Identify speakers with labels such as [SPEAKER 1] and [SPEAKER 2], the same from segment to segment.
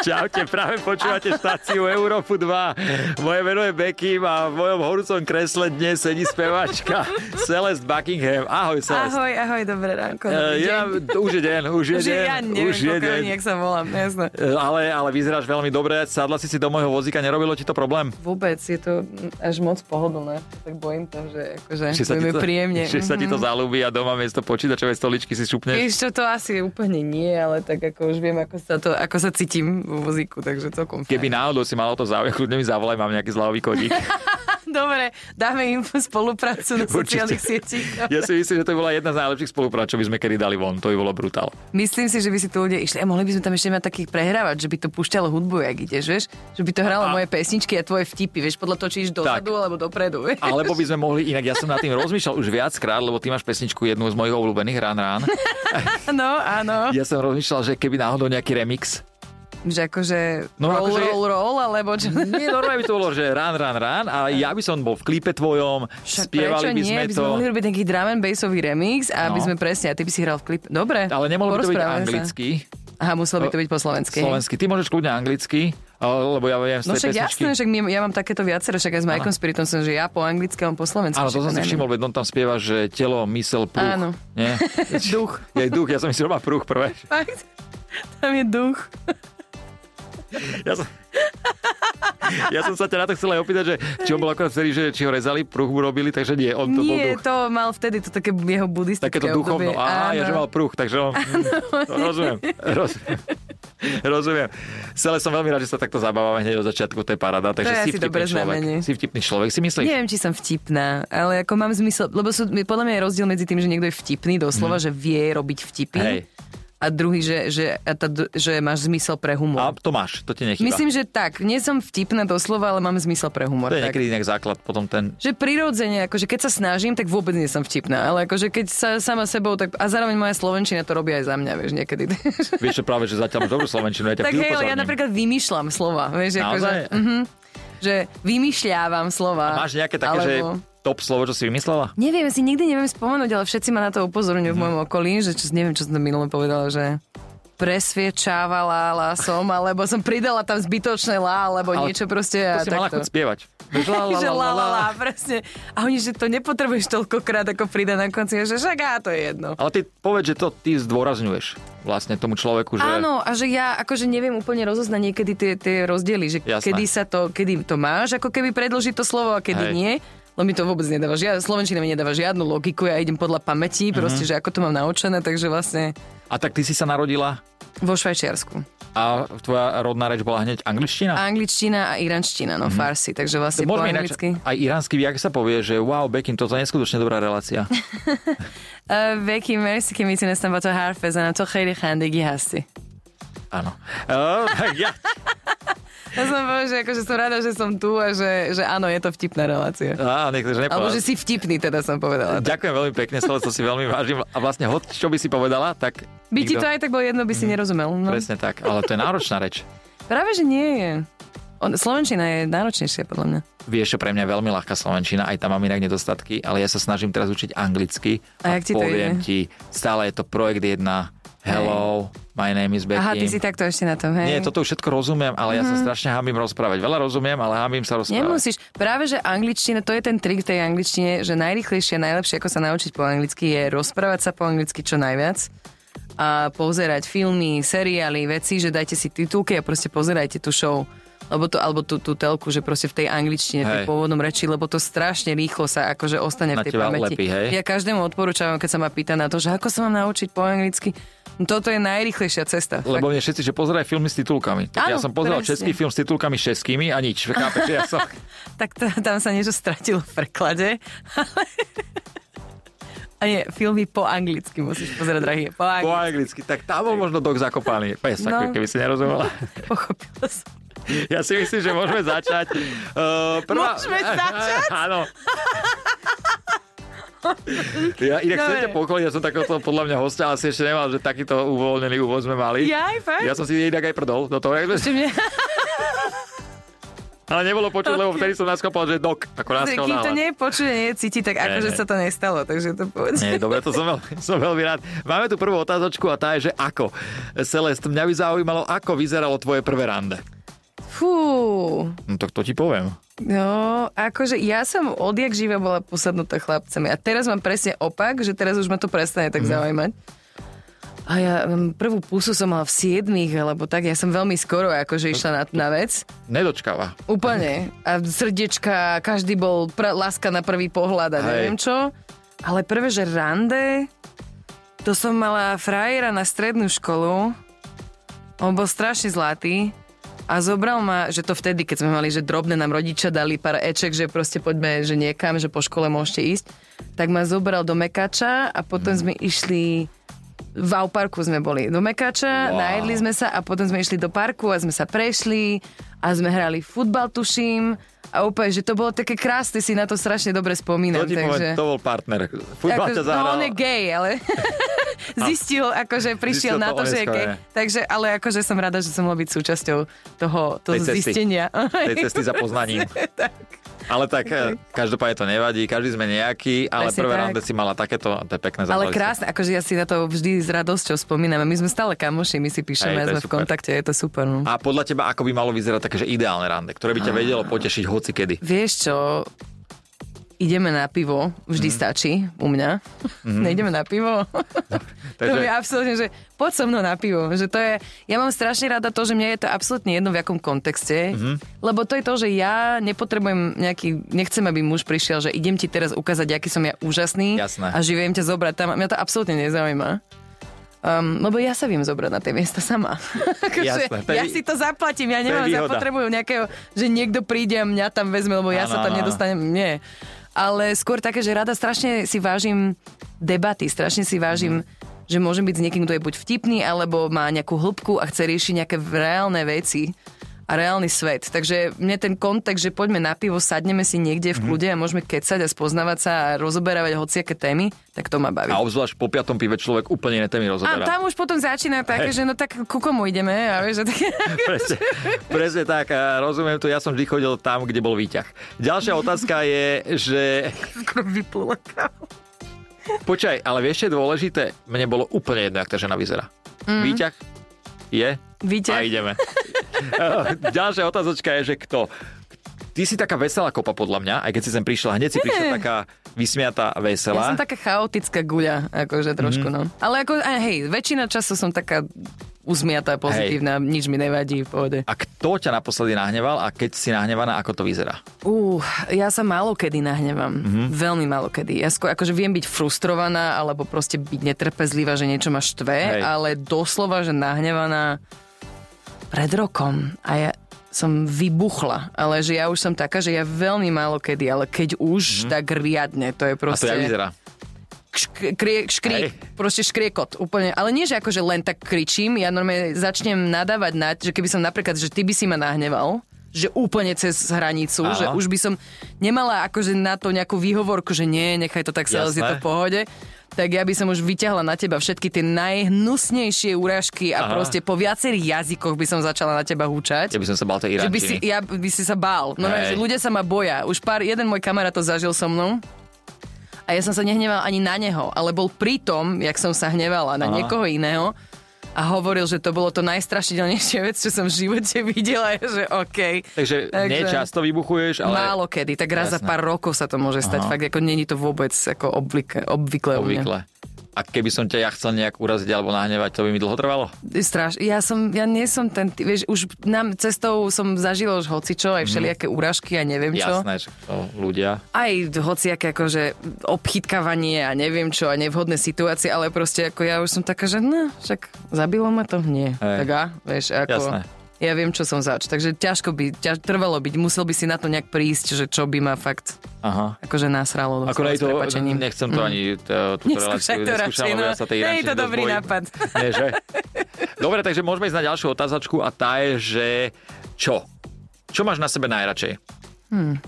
[SPEAKER 1] Čaute, práve počúvate štáciu Európu 2. Moje meno je Bekim a v mojom horúcom kresle dnes sedí spevačka Celest Buckingham. Ahoj, Celest.
[SPEAKER 2] Ahoj, ahoj, dobré ránko.
[SPEAKER 1] Eh,
[SPEAKER 2] dobrý
[SPEAKER 1] ja,
[SPEAKER 2] deň.
[SPEAKER 1] už je deň, už je
[SPEAKER 2] Že
[SPEAKER 1] deň,
[SPEAKER 2] ja neviem,
[SPEAKER 1] už je deň.
[SPEAKER 2] koľko jak sa volám, no, jasné.
[SPEAKER 1] Eh, Ale, ale vyzeráš veľmi dobre, sadla si si do môjho vozíka, nerobilo ti to problém?
[SPEAKER 2] Vôbec je to až moc pohodlné, tak bojím to, že akože
[SPEAKER 1] Či sa,
[SPEAKER 2] budeme
[SPEAKER 1] to,
[SPEAKER 2] príjemne. Mhm.
[SPEAKER 1] či sa ti to zalúbi a doma miesto počítačovej stoličky si šupneš?
[SPEAKER 2] Vieš čo, to asi úplne nie, ale tak ako už viem, ako sa, to, ako sa cítim vo vozíku, takže celkom
[SPEAKER 1] Keby náhodou si malo to záujem, kľudne mi zavolaj, mám nejaký zľavový kodík.
[SPEAKER 2] fajn. Dobre, dáme im spoluprácu na
[SPEAKER 1] Určite.
[SPEAKER 2] sociálnych sietích.
[SPEAKER 1] Ja si myslím, že to bola jedna z najlepších spoluprác, čo by sme kedy dali von. To by bolo brutál.
[SPEAKER 2] Myslím si, že by si tu ľudia išli. A mohli by sme tam ešte mať takých prehrávač, že by to púšťalo hudbu, jak ideš, vieš? Že by to hralo
[SPEAKER 1] A-
[SPEAKER 2] moje pesničky a tvoje vtipy, vieš? Podľa toho, či ideš dozadu alebo dopredu, vieš?
[SPEAKER 1] Alebo by sme mohli inak, ja som nad tým rozmýšľal už viackrát, lebo ty máš pesničku jednu z mojich obľúbených rán rán.
[SPEAKER 2] Áno, No, áno.
[SPEAKER 1] Ja som rozmýšľal, že keby náhodou nejaký remix.
[SPEAKER 2] Že akože
[SPEAKER 1] No,
[SPEAKER 2] no, roll,
[SPEAKER 1] akože- Mm.
[SPEAKER 2] roll, roll, alebo čo?
[SPEAKER 1] Nie, normálne by to bolo, že rán, rán, rán a ja by som bol v klípe tvojom,
[SPEAKER 2] Však
[SPEAKER 1] spievali
[SPEAKER 2] prečo
[SPEAKER 1] by
[SPEAKER 2] nie?
[SPEAKER 1] sme
[SPEAKER 2] By
[SPEAKER 1] to.
[SPEAKER 2] sme mohli robiť nejaký drum and bassový remix
[SPEAKER 1] No.
[SPEAKER 2] a no. by sme presne, a ty by si hral v klip. Dobre,
[SPEAKER 1] Ale nemohlo by to byť
[SPEAKER 2] porozprávame sa.
[SPEAKER 1] anglicky,
[SPEAKER 2] Aha, muselo by to byť po slovensky.
[SPEAKER 1] slovensky. Ty môžeš kľudne anglicky, lebo ja viem z
[SPEAKER 2] No
[SPEAKER 1] tej
[SPEAKER 2] však
[SPEAKER 1] pesničky.
[SPEAKER 2] jasné, však my, ja mám takéto viacero, však aj s Majkom Spiritom som, že ja po anglicky, on po slovensky.
[SPEAKER 1] Áno, to
[SPEAKER 2] však
[SPEAKER 1] som si
[SPEAKER 2] neviem.
[SPEAKER 1] všimol, veď on tam spieva, že telo, mysel, prúch.
[SPEAKER 2] Áno.
[SPEAKER 1] Nie?
[SPEAKER 2] Duch.
[SPEAKER 1] Jej duch, ja som myslel, že má prúch prvé.
[SPEAKER 2] Fakt? Tam je duch.
[SPEAKER 1] Ja som... Ja som sa ťa na to chcel aj opýtať, že či on bol akorát vtedy, že či ho rezali, pruh mu robili, takže nie, on to bol
[SPEAKER 2] Nie,
[SPEAKER 1] duch.
[SPEAKER 2] to mal vtedy to také jeho buddhistické
[SPEAKER 1] Takéto duchovno.
[SPEAKER 2] obdobie.
[SPEAKER 1] Á, ja
[SPEAKER 2] Áno.
[SPEAKER 1] že mal pruch, takže on... Rozumiem. Rozumiem. Rozumiem. Celé som veľmi rád, že sa takto zabávame hneď od začiatku, to je paráda. Takže
[SPEAKER 2] je
[SPEAKER 1] si
[SPEAKER 2] asi
[SPEAKER 1] vtipný
[SPEAKER 2] dobré
[SPEAKER 1] človek.
[SPEAKER 2] znamenie.
[SPEAKER 1] Si vtipný človek, si myslíš?
[SPEAKER 2] Neviem, či som vtipná, ale ako mám zmysel, lebo sú, podľa mňa je rozdiel medzi tým, že niekto je vtipný doslova, že vie robiť vtipy
[SPEAKER 1] Mhm. Hej.
[SPEAKER 2] a druhý, že, že, a tá, dru- že máš zmysel pre
[SPEAKER 1] A
[SPEAKER 2] humor.
[SPEAKER 1] to máš, to ti nechýba.
[SPEAKER 2] Myslím, že tak. Nie som vtipná doslova, ale mám zmysel pre humor.
[SPEAKER 1] to je
[SPEAKER 2] Tak.
[SPEAKER 1] niekedy inak základ, potom ten...
[SPEAKER 2] Že prirodzene, akože keď sa snažím, tak vôbec nie som vtipná, ale akože keď sa sama sebou, tak a zároveň moja slovenčina to robí aj za mňa, vieš, niekedy.
[SPEAKER 1] Vieš čo, práve, že zatiaľ máš dobrú slovenčinu, ja ťa
[SPEAKER 2] tak
[SPEAKER 1] vždy
[SPEAKER 2] hej, ale ja
[SPEAKER 1] upozorním.
[SPEAKER 2] napríklad vymýšľam slova, vieš, akože,
[SPEAKER 1] Naozaj?
[SPEAKER 2] mhm, že vymýšľávam slova.
[SPEAKER 1] Máš nejaké také, že
[SPEAKER 2] alebo...
[SPEAKER 1] top slovo, čo si vymyslela?
[SPEAKER 2] Neviem, ja si nikdy neviem spomenúť, ale všetci ma na to upozorňujú
[SPEAKER 1] Mhm.
[SPEAKER 2] v mojom okolí, že čo, neviem, čo som tam minule povedala, že presviečávala lá som, alebo som pridala tam zbytočné lá, alebo
[SPEAKER 1] Ale
[SPEAKER 2] niečo proste
[SPEAKER 1] To
[SPEAKER 2] a
[SPEAKER 1] si mala
[SPEAKER 2] takto.
[SPEAKER 1] chuť spievať. Vieš, la, la,
[SPEAKER 2] Že
[SPEAKER 1] la,
[SPEAKER 2] lá,
[SPEAKER 1] la,
[SPEAKER 2] lá,
[SPEAKER 1] la.
[SPEAKER 2] lá, presne. A oni, že to nepotrebuješ toľkokrát, ako prida na konci, a že však á, to je jedno.
[SPEAKER 1] Ale ty povedz, že to ty zdôrazňuješ vlastne tomu človeku, že...
[SPEAKER 2] Áno, a že ja akože neviem úplne rozoznať niekedy tie, tie rozdiely, že
[SPEAKER 1] Jasné.
[SPEAKER 2] kedy sa to, kedy to máš, ako keby predložiť to slovo a kedy
[SPEAKER 1] Hej.
[SPEAKER 2] nie. Lebo mi to vôbec nedáva žiadnu, Slovenčina mi nedáva žiadnu logiku, ja idem podľa
[SPEAKER 1] Mhm.
[SPEAKER 2] pamäti, proste, že ako to mám naučené, takže vlastne
[SPEAKER 1] A tak ty si sa narodila
[SPEAKER 2] vo Švajčiarsku.
[SPEAKER 1] a tvoja rodná reč bola hneď angličtina?
[SPEAKER 2] Angličtina a iranština, no farsi, takže vlastne po
[SPEAKER 1] Môžeme Mhm. ináč
[SPEAKER 2] anglicky.
[SPEAKER 1] aj iránsky, jak sa povie, že wow, Bekin, toto je neskutočne dobrá relácia.
[SPEAKER 2] Uh, Becky, mersi ki mitinestám ba to harf bezanam, to chejli chandegi hasti.
[SPEAKER 1] Áno. Eh, tak ja,
[SPEAKER 2] Ja som povedal, že akože som rada, že som tu a že, že áno, je to vtipná relácia.
[SPEAKER 1] á, niekto, že
[SPEAKER 2] Alebo
[SPEAKER 1] nepovedal.
[SPEAKER 2] že si vtipný, teda som povedala.
[SPEAKER 1] Ďakujem veľmi pekne, Sole, to si veľmi vážim. A vlastne, hoď, čo by si povedala, tak...
[SPEAKER 2] By ti
[SPEAKER 1] nikto- Mhm.
[SPEAKER 2] to aj tak bolo jedno, by si nerozumel. No.
[SPEAKER 1] Presne tak, ale to je náročná reč.
[SPEAKER 2] Práve, že nie je. On, Slovenčina je náročnejšia, podľa mňa.
[SPEAKER 1] Vieš, že pre mňa je veľmi ľahká slovenčina, aj tam mám inak nedostatky, ale ja sa snažím teraz učiť anglicky.
[SPEAKER 2] A jak ti to
[SPEAKER 1] poviem
[SPEAKER 2] ide?
[SPEAKER 1] ti, stále je to projekt jedna. Hello, my name is Becky.
[SPEAKER 2] Aha, ty si takto ešte na tom, hej? Mhm.
[SPEAKER 1] Nie, toto už všetko rozumiem, ale ja sa strašne hamím rozprávať. Veľa rozumiem, ale hamím sa rozprávať.
[SPEAKER 2] Nemusíš. Práve, že angličtina, to je ten trik tej angličtine, že najrychlejšie, najlepšie, ako sa naučiť po anglicky, je rozprávať sa po anglicky čo najviac a pozerať filmy, seriály, veci, že dajte si titulky a proste pozerajte tú show. Lebo to, alebo tú, tú telku, že proste v tej angličtine, v tej
[SPEAKER 1] Hej.
[SPEAKER 2] pôvodnom reči, lebo to strašne rýchlo sa akože ostane
[SPEAKER 1] Na
[SPEAKER 2] v tej
[SPEAKER 1] teba
[SPEAKER 2] pamäti.
[SPEAKER 1] lepí, hej?
[SPEAKER 2] Ja každému odporúčam, keď sa ma pýta na to, že ako sa mám naučiť po anglicky, no toto je najrychlejšia cesta.
[SPEAKER 1] Lebo mne všetci, že pozeraj filmy s titulkami. Tak ja
[SPEAKER 2] Áno,
[SPEAKER 1] som pozeral
[SPEAKER 2] presne.
[SPEAKER 1] český film s titulkami českými a nič. Chápeš, ja som...
[SPEAKER 2] Tak t- tam sa niečo stratilo v preklade. A nie, filmy po anglicky musíš pozerať, drahý.
[SPEAKER 1] Po
[SPEAKER 2] Po anglicky.
[SPEAKER 1] anglicky, tak tam bol možno dok zakopaný. Pes,
[SPEAKER 2] No.
[SPEAKER 1] no. keby si nerozumela.
[SPEAKER 2] Pochopila som.
[SPEAKER 1] Ja si myslím, že môžeme začať. Uh, prvá...
[SPEAKER 2] Môžeme začať?
[SPEAKER 1] Áno. Ja inak
[SPEAKER 2] Dobre.
[SPEAKER 1] chcete pokoliť, ja som takéhoto podľa mňa hostia asi ešte nemal, že takýto uvoľnený úvod sme mali.
[SPEAKER 2] Jaj, fakt?
[SPEAKER 1] Ja som si inak aj prdol do toho. jak sme-
[SPEAKER 2] Ešte mne...
[SPEAKER 1] Ale nebolo počuť, lebo vtedy som naskapal, že dok, ako
[SPEAKER 2] Že Kým to
[SPEAKER 1] naskapal.
[SPEAKER 2] nie je počuť, nie je cítiť, tak akože
[SPEAKER 1] ne.
[SPEAKER 2] sa to nestalo, takže to povedz.
[SPEAKER 1] Nie, dobre, to som veľmi, som veľmi rád. Máme tu prvú otázočku a tá je, že ako. Celest, mňa by zaujímalo, ako vyzeralo tvoje prvé rande.
[SPEAKER 2] Fú.
[SPEAKER 1] No tak to ti poviem.
[SPEAKER 2] No, akože ja som odjak živa bola posadnutá chlapcami a teraz mám presne opak, že teraz už ma to prestane
[SPEAKER 1] Mhm.
[SPEAKER 2] tak zaujímať. A ja mm, prvú pusu som mala v siedmých, alebo tak, ja som veľmi skoro akože išla na, na vec.
[SPEAKER 1] Nedočkáva.
[SPEAKER 2] Úplne. A srdečka, každý bol pra, láska na prvý pohľad a
[SPEAKER 1] Hej.
[SPEAKER 2] neviem čo. Ale prvé, že rande, to som mala frajera na strednú školu. On bol strašne zlatý. A zobral ma, že to vtedy, keď sme mali, že drobné nám rodičia dali pár eček, že proste poďme, že niekam, že po škole môžete ísť, tak ma zobral do Mekača a
[SPEAKER 1] Mhm.
[SPEAKER 2] potom sme išli v Wow parku sme boli do
[SPEAKER 1] Wow.
[SPEAKER 2] Mekača, wow. najedli sme sa a potom sme išli do parku a sme sa prešli a sme hrali futbal, tuším. A úplne, že to bolo také krásne, si na to strašne dobre
[SPEAKER 1] To
[SPEAKER 2] spomínam.
[SPEAKER 1] ti poviem,
[SPEAKER 2] takže...
[SPEAKER 1] to bol partner. Futbal ťa
[SPEAKER 2] no
[SPEAKER 1] zahral.
[SPEAKER 2] on je gay, ale zistil, akože prišiel
[SPEAKER 1] No. Zistil
[SPEAKER 2] na
[SPEAKER 1] to
[SPEAKER 2] to, že je
[SPEAKER 1] oneskoro,
[SPEAKER 2] gay.
[SPEAKER 1] ne?
[SPEAKER 2] Takže, ale akože som rada, že som mohla byť súčasťou toho, toho
[SPEAKER 1] Tej cesty.
[SPEAKER 2] zistenia.
[SPEAKER 1] tej cesty za poznaním. Ale tak eh, každopádne to nevadí, každý sme nejaký, ale
[SPEAKER 2] Presne
[SPEAKER 1] prvé
[SPEAKER 2] tak.
[SPEAKER 1] rande si mala takéto, to je pekné
[SPEAKER 2] Ale
[SPEAKER 1] zážitky.
[SPEAKER 2] krásne, akože ja si na to vždy s radosťou spomínam. A My sme stále kamoši, my si píšeme,
[SPEAKER 1] Hej, to je
[SPEAKER 2] sme v
[SPEAKER 1] super.
[SPEAKER 2] kontakte, je to super. No.
[SPEAKER 1] A podľa teba, ako by malo vyzerať také, že ideálne rande, ktoré by
[SPEAKER 2] Ah.
[SPEAKER 1] ťa vedelo potešiť hoci kedy?
[SPEAKER 2] Vieš čo, ideme na pivo, vždy
[SPEAKER 1] Mhm.
[SPEAKER 2] mm. stačí u mňa. Mm. Nejdeme na pivo. Takže... To je
[SPEAKER 1] Takže
[SPEAKER 2] absolútne, že poď so mnou na pivo. Že to je, ja mám strašne rada to, že mne je to absolútne jedno v akom kontexte,
[SPEAKER 1] Mhm.
[SPEAKER 2] mm-hmm. lebo to je to, že ja nepotrebujem nejaký, nechcem, aby muž prišiel, že idem ti teraz ukázať, aký som ja úžasný
[SPEAKER 1] Jasné.
[SPEAKER 2] a že viem ťa zobrať tam. Mňa to absolútne nezaujíma. Um, lebo ja sa viem zobrať na tie miesta sama. Akože
[SPEAKER 1] Jasné, to je
[SPEAKER 2] ja
[SPEAKER 1] vý-
[SPEAKER 2] si to zaplatím, ja
[SPEAKER 1] je
[SPEAKER 2] nemám
[SPEAKER 1] výhoda.
[SPEAKER 2] zapotrebujem nejakého, že niekto príde a mňa tam vezme, lebo ja
[SPEAKER 1] Áno,
[SPEAKER 2] sa tam
[SPEAKER 1] áno, áno.
[SPEAKER 2] nedostanem. Nie. Ale skôr také, že rada strašne si vážim debaty, strašne si vážim,
[SPEAKER 1] Mhm.
[SPEAKER 2] že môžem byť s niekým, kto je buď vtipný, alebo má nejakú hĺbku a chce riešiť nejaké reálne veci a reálny svet. Takže mne ten kontakt, že poďme na pivo, sadneme si
[SPEAKER 1] Mhm.
[SPEAKER 2] niekde v kľude a môžeme kecať a spoznávať sa a rozoberávať hociaké témy, tak to ma baví.
[SPEAKER 1] a obzvlášť po piatom pive človek úplne iné témy
[SPEAKER 2] A
[SPEAKER 1] rozoberá.
[SPEAKER 2] tam už potom začína také,
[SPEAKER 1] Hej.
[SPEAKER 2] že no tak ku komu ideme, a vieš, že tak...
[SPEAKER 1] Presne, presne tak, a rozumiem to, ja som vždy chodil tam, kde bol výťah. Ďalšia otázka je, že...
[SPEAKER 2] Skoro vyplula káva.
[SPEAKER 1] Počkaj, ale vieš, čo je dôležité? Mne bolo úplne jedno, jak tá žena vyzerá.
[SPEAKER 2] Mhm.
[SPEAKER 1] Mm. Výťah je
[SPEAKER 2] Výťah.
[SPEAKER 1] a ideme. Eh, Ďalšia otázočka je, že kto? Ty si taká veselá kopa podľa mňa, aj keď si sem prišla, hneď si prišla taká vysmiatá,
[SPEAKER 2] Ja
[SPEAKER 1] veselá.
[SPEAKER 2] som taká chaotická guľa,
[SPEAKER 1] Mhm.
[SPEAKER 2] akože trošku, mm. no. Ale ako, a hej, väčšina času som taká uzmiatá, pozitívna, hej. nič mi nevadí, v pohode.
[SPEAKER 1] A kto ťa naposledy nahneval a keď si nahnevaná, ako to vyzerá?
[SPEAKER 2] Uh, ja sa málo kedy nahnevam.
[SPEAKER 1] Mhm.
[SPEAKER 2] Mm-hmm. Veľmi málo kedy. Ja skôr, akože viem byť frustrovaná, alebo proste byť netrpezlivá, že niečo ma
[SPEAKER 1] Hej.
[SPEAKER 2] štve, ale doslova, že nahnevaná pred rokom. A ja som vybuchla, ale že ja už som taká, že ja veľmi málo kedy, ale keď už, mm-hmm. tak riadne. To
[SPEAKER 1] Mhm.
[SPEAKER 2] je
[SPEAKER 1] A to
[SPEAKER 2] proste...
[SPEAKER 1] jak vyzerá?
[SPEAKER 2] šk- krie, škriek,
[SPEAKER 1] Hej.
[SPEAKER 2] proste škriekot úplne. Ale nie, že akože len tak kričím, ja normálne začnem nadávať na, že keby som napríklad, že ty by si ma nahneval, že úplne cez hranicu,
[SPEAKER 1] Áno.
[SPEAKER 2] že už by som nemala akože na to nejakú výhovorku, že nie, nechaj to tak sa je to
[SPEAKER 1] Jasné.
[SPEAKER 2] v pohode, tak ja by som už vyťahla na teba všetky tie najhnusnejšie úražky a
[SPEAKER 1] Aha.
[SPEAKER 2] proste po viacerých jazykoch by som začala na teba
[SPEAKER 1] Ja
[SPEAKER 2] húčať.
[SPEAKER 1] by som sa bal tej
[SPEAKER 2] Že by
[SPEAKER 1] Irančiny.
[SPEAKER 2] si, ja by si sa bál. No,
[SPEAKER 1] Hej.
[SPEAKER 2] že ľudia sa ma boja. Už pár, jeden môj kamarát to zažil so mnou. A ja som sa nehneval ani na neho, ale bol pri tom, jak som sa hnevala
[SPEAKER 1] Aha.
[SPEAKER 2] na niekoho iného a hovoril, že to bolo to najstrašidelnejšia vec, čo som v živote videla, že OK.
[SPEAKER 1] Takže, Takže nie často vybuchuješ, ale...
[SPEAKER 2] Málo kedy, tak raz za
[SPEAKER 1] Jasné.
[SPEAKER 2] pár rokov sa to môže stať.
[SPEAKER 1] Aha.
[SPEAKER 2] Fakt, ako není to vôbec ako obvykle, obvykle u mňa.
[SPEAKER 1] Obvykle. A keby som ťa ja chcel nejak uraziť alebo nahnevať, to by mi dlho trvalo?
[SPEAKER 2] Straš, ja som, ja nie som ten, ty- vieš, už nám cestou som zažila už hocičo, aj všelijaké úražky a neviem čo.
[SPEAKER 1] Mhm. Jasné, že to ľudia.
[SPEAKER 2] aj hociaké akože obchytkávanie a neviem čo a nevhodné situácie, ale proste ako ja už som taká, že no, však zabilo ma to? Nie.
[SPEAKER 1] Hej.
[SPEAKER 2] Tak a, vieš, ako...
[SPEAKER 1] Jasné.
[SPEAKER 2] Ja viem, čo som zač, takže ťažko by, ťaž, trvalo byť, musel by si na to nejak prísť, že čo by ma fakt
[SPEAKER 1] Aha.
[SPEAKER 2] akože nasralo.
[SPEAKER 1] Ako
[SPEAKER 2] doslova,
[SPEAKER 1] nej
[SPEAKER 2] s
[SPEAKER 1] to,
[SPEAKER 2] prepačením.
[SPEAKER 1] nechcem to ani t- túto
[SPEAKER 2] Neskúšaj
[SPEAKER 1] reláciu,
[SPEAKER 2] to radšej,
[SPEAKER 1] neskúšam, lebo
[SPEAKER 2] no.
[SPEAKER 1] ja sa tej
[SPEAKER 2] Nie je
[SPEAKER 1] Irančiny
[SPEAKER 2] to
[SPEAKER 1] dosť
[SPEAKER 2] dobrý
[SPEAKER 1] bojím.
[SPEAKER 2] nápad.
[SPEAKER 1] Nie, že? Dobre, takže môžeme ísť na ďalšiu otázočku a tá je, že čo? Čo máš na sebe najradšej? Hmm.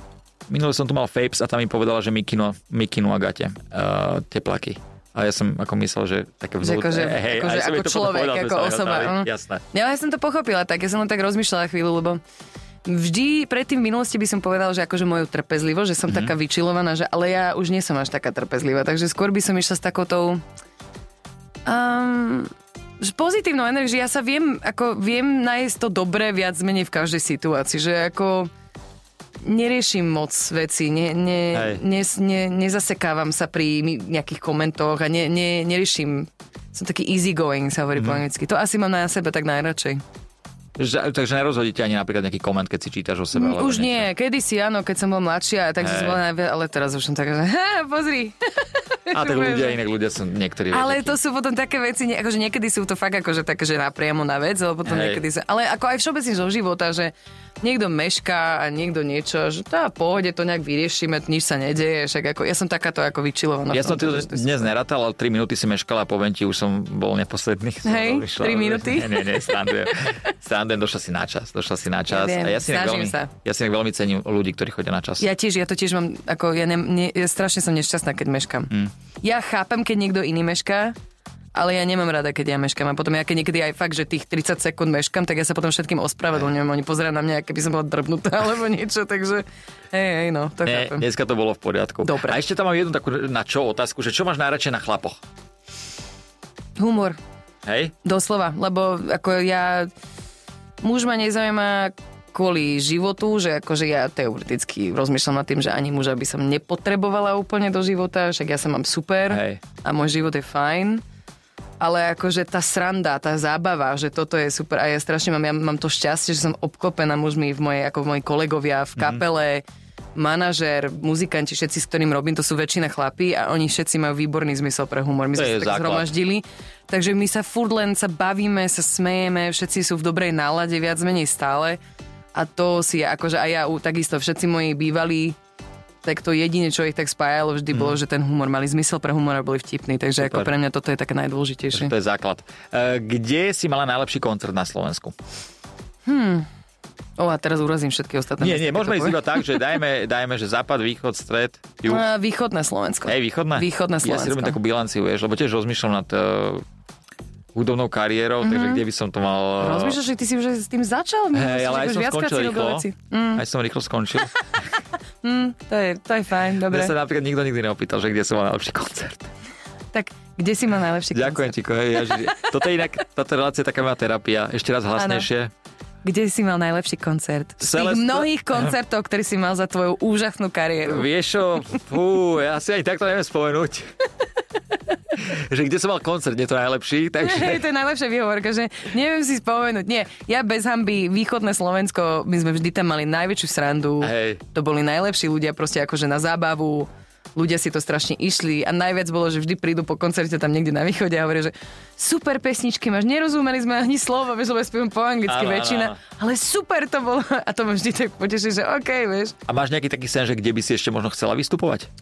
[SPEAKER 1] Minule som tu mal Fapes a tam mi povedala, že Mikino, Mikinu a Gate. Uh, teplaky. A ja som ako myslel, že také vzhľad...
[SPEAKER 2] Že akože,
[SPEAKER 1] hej, aj som jej
[SPEAKER 2] akože ako
[SPEAKER 1] to potom
[SPEAKER 2] človek,
[SPEAKER 1] povedal, sme
[SPEAKER 2] ako
[SPEAKER 1] sa
[SPEAKER 2] osoba.
[SPEAKER 1] rozprávali.
[SPEAKER 2] mm.
[SPEAKER 1] Jasné.
[SPEAKER 2] Ja, ja som to pochopila tak, ja som len tak rozmýšľala chvíľu, lebo Vždy predtým v minulosti by som povedal, že akože moju trpezlivosť, že som mm-hmm. taká vyčilovaná, že ale ja už nie som až taká trpezlivá, takže skôr by som išla s takoutou um, že pozitívnou energiou. Ja sa viem, ako viem nájsť to dobré viac menej v každej situácii, že ako neriešim moc veci, ne, ne,
[SPEAKER 1] Hej.
[SPEAKER 2] ne, ne, nezasekávam sa pri mi- nejakých komentoch a ne, ne, neriešim. Som taký easygoing,
[SPEAKER 1] Mhm.
[SPEAKER 2] sa hovorí mm. po anglicky. To asi mám na sebe tak najradšej.
[SPEAKER 1] Že, takže nerozhodíte ani napríklad nejaký koment, keď si čítaš o sebe.
[SPEAKER 2] Mm,
[SPEAKER 1] alebo niečo.
[SPEAKER 2] Už nie, kedysi áno, keď som bol mladšia, tak
[SPEAKER 1] Hej.
[SPEAKER 2] som bola najviac, ale teraz už som taká, že "Ha, pozri.
[SPEAKER 1] A tak ľudia, inak ľudia sú niektorí.
[SPEAKER 2] Ale to sú potom také veci, ne- akože niekedy sú to fakt akože také, že napriamo na vec, ale potom
[SPEAKER 1] Hej.
[SPEAKER 2] niekedy sa, ale ako aj všeobecne zo života, že niekto mešká a niekto niečo, že tá pohode to nejak vyriešime, nič sa nedeje, však ako, ja som takáto ako vyčilovaná.
[SPEAKER 1] Ja som
[SPEAKER 2] v tomto,
[SPEAKER 1] to
[SPEAKER 2] že to-
[SPEAKER 1] dnes nerátal, ale 3 minúty si meškala a poviem ti, už som bol neposledný. Som
[SPEAKER 2] Hej,
[SPEAKER 1] rozmýšľal,
[SPEAKER 2] tri
[SPEAKER 1] že-
[SPEAKER 2] minúty?
[SPEAKER 1] Nie, nie, nie, standujem. Standujem, došla si na čas, došla si na čas.
[SPEAKER 2] viem,
[SPEAKER 1] a ja si, inak
[SPEAKER 2] snažím
[SPEAKER 1] veľmi,
[SPEAKER 2] sa.
[SPEAKER 1] ja si inak veľmi cením ľudí, ktorí chodia na čas.
[SPEAKER 2] Ja tiež, ja to tiež mám, ako ja, ne, ne, ja strašne som nešťastná, keď meškám.
[SPEAKER 1] Hm.
[SPEAKER 2] Mm. Ja chápem, keď niekto iný mešká, ale ja nemám rada, keď ja meškám. A potom ja keď niekedy aj fakt, že tých 30 sekúnd meškám, tak ja sa potom všetkým ospravedlňujem. Oni pozerajú na mňa, keby som bola drbnutá alebo niečo, takže hej, hej, no,
[SPEAKER 1] Ne,
[SPEAKER 2] to chápem.
[SPEAKER 1] dneska to bolo v poriadku.
[SPEAKER 2] Dobre.
[SPEAKER 1] A ešte tam mám jednu takú na čo otázku, že čo máš najradšej na chlapoch?
[SPEAKER 2] Humor,
[SPEAKER 1] Hej?
[SPEAKER 2] doslova, lebo ako ja... Muž ma nezaujíma kvôli životu, že akože ja teoreticky rozmýšľam nad tým, že ani muža by som nepotrebovala úplne do života, však ja sa mám super.
[SPEAKER 1] Hej.
[SPEAKER 2] a môj život je fajn. Ale akože tá sranda, tá zábava, že toto je super a ja strašne mám, ja mám to šťastie, že som obklopená mužmi v mojej, ako moji kolegovia
[SPEAKER 1] Mhm.
[SPEAKER 2] v kapele, manažér, muzikanti, všetci, s ktorým robím, to sú väčšina chlapí a oni všetci majú výborný zmysel pre humor. My
[SPEAKER 1] To
[SPEAKER 2] sme
[SPEAKER 1] je
[SPEAKER 2] sa tak
[SPEAKER 1] základ.
[SPEAKER 2] zhromaždili, takže my sa furt len sa bavíme, sa smejeme, všetci sú v dobrej nálade, viac menej stále a to si ja, akože aj ja u- takisto, všetci moji bývalí tak to jedine, čo ich tak spájalo vždy bolo, že ten humor, mali zmysel pre humor a boli vtipní, takže Super. ako
[SPEAKER 1] Mhm. Super.
[SPEAKER 2] pre mňa toto je také najdôležitejšie.
[SPEAKER 1] To je základ. E, Kde si mala najlepší koncert na Slovensku?
[SPEAKER 2] O, a teraz urazím všetky ostatné.
[SPEAKER 1] Nie,
[SPEAKER 2] miesta,
[SPEAKER 1] nie,
[SPEAKER 2] keď
[SPEAKER 1] môžeme
[SPEAKER 2] to
[SPEAKER 1] ísť
[SPEAKER 2] poviem. No,
[SPEAKER 1] iba tak, že dajme, dajme že západ, východ, stred, juh.
[SPEAKER 2] A, Východné Slovensko.
[SPEAKER 1] Hej, východná? Ja
[SPEAKER 2] Východné
[SPEAKER 1] si
[SPEAKER 2] Slovensko.
[SPEAKER 1] robím takú bilanciu, vieš, lebo tiež rozmýšľam nad uh, hudobnou kariérou, mm-hmm. takže kde by som to mal... eh,
[SPEAKER 2] Mhm. Rozmýšľaš, že ty si už aj s tým začal?
[SPEAKER 1] Hej,
[SPEAKER 2] Myslíš,
[SPEAKER 1] ale
[SPEAKER 2] že
[SPEAKER 1] aj
[SPEAKER 2] už
[SPEAKER 1] som
[SPEAKER 2] viackrát
[SPEAKER 1] skončil
[SPEAKER 2] si Mhm. robil
[SPEAKER 1] rýchlo.
[SPEAKER 2] veci.
[SPEAKER 1] Mm. Aj som rýchlo skončil.
[SPEAKER 2] To je, to je fajn, dobre.
[SPEAKER 1] Mňa sa napríklad nikto nikdy neopýtal, že kde som mal najlepší koncert.
[SPEAKER 2] Tak, kde si mal najlepší
[SPEAKER 1] Ďakujem
[SPEAKER 2] koncert?
[SPEAKER 1] ti, Kohej. Ježi. Toto je inak, táto relácia je taká moja terapia. Ešte raz hlasnejšie.
[SPEAKER 2] Kde si mal najlepší koncert? Z tých
[SPEAKER 1] Celest-
[SPEAKER 2] mnohých koncertov, ktorý si mal za tvoju úžasnú kariéru.
[SPEAKER 1] Vieš čo, fú, ja si ani takto neviem spomenúť. že kde som mal koncert, nie to najlepší, takže...
[SPEAKER 2] Hej, to je najlepšia výhovorka, že neviem si spomenúť. Nie, ja bez hamby, východné Slovensko, my sme vždy tam mali najväčšiu srandu.
[SPEAKER 1] Hej.
[SPEAKER 2] To boli najlepší ľudia proste akože na zábavu. Ľudia si to strašne išli a najviac bolo, že vždy prídu po koncerte tam niekde na východe a hovoria, že super pesničky máš, nerozumeli sme ani slovo, vieš, lebo ja spievam po anglicky
[SPEAKER 1] Áno, áno,
[SPEAKER 2] väčšina,
[SPEAKER 1] áno.
[SPEAKER 2] ale super to bolo a to ma vždy tak poteší, že OK, vieš.
[SPEAKER 1] A máš nejaký taký sen, že kde by si ešte možno chcela vystupovať?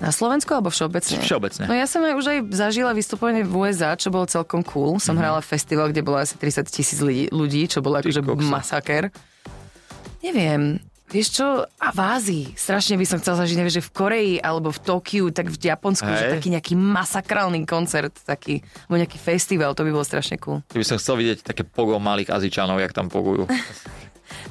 [SPEAKER 2] Na Slovensku alebo všeobecne?
[SPEAKER 1] Všeobecne.
[SPEAKER 2] No ja som aj už aj zažila vystupovanie v USA, čo bolo celkom
[SPEAKER 1] Mhm.
[SPEAKER 2] cool. Som mm-hmm. hrala festival, kde bolo asi 30 tisíc ľudí, ľudí, čo bolo akože
[SPEAKER 1] kokso.
[SPEAKER 2] masaker. Neviem, vieš čo, a v Ázii, strašne by som chcela zažiť, nevieš, že v Koreji alebo v Tokiu, tak v Japonsku,
[SPEAKER 1] Hej.
[SPEAKER 2] že taký nejaký masakrálny koncert, taký, alebo nejaký festival, to by bolo strašne cool.
[SPEAKER 1] Že by som chcel vidieť také pogo malých Azičanov, jak tam pogujú.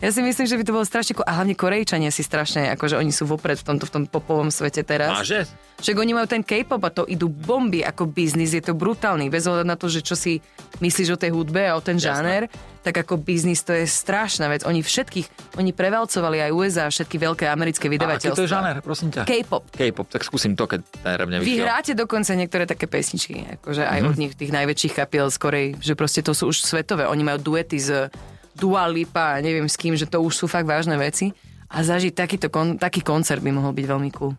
[SPEAKER 2] Ja si myslím, že by to bolo strašne cool. A hlavne Korejčania si strašne, akože oni sú vopred v tomto, v tom popovom svete teraz.
[SPEAKER 1] Máže?
[SPEAKER 2] Však oni majú ten K-pop a to idú bomby ako biznis, je to brutálny, bez ohľadu na to, že čo si myslíš o tej hudbe a o ten
[SPEAKER 1] Jasné.
[SPEAKER 2] žáner, tak ako biznis to je strašná vec. Oni všetkých, oni prevalcovali aj USA, všetky veľké
[SPEAKER 1] A aký
[SPEAKER 2] americké
[SPEAKER 1] to je
[SPEAKER 2] vydavateľstvá.
[SPEAKER 1] žáner, prosím ťa?
[SPEAKER 2] K-pop.
[SPEAKER 1] K-pop, tak skúsim to, keď najrab nevyšiel.
[SPEAKER 2] Vy hráte dokonca niektoré také pesničky, akože
[SPEAKER 1] Mhm.
[SPEAKER 2] aj od nich, tých najväčších kapiel z Korei, že proste to sú už svetové. Oni majú duety z Dua Lipa a neviem s kým, že to už sú fakt vážne veci. A zažiť takýto kon- taký koncert by mohol byť veľmi cool.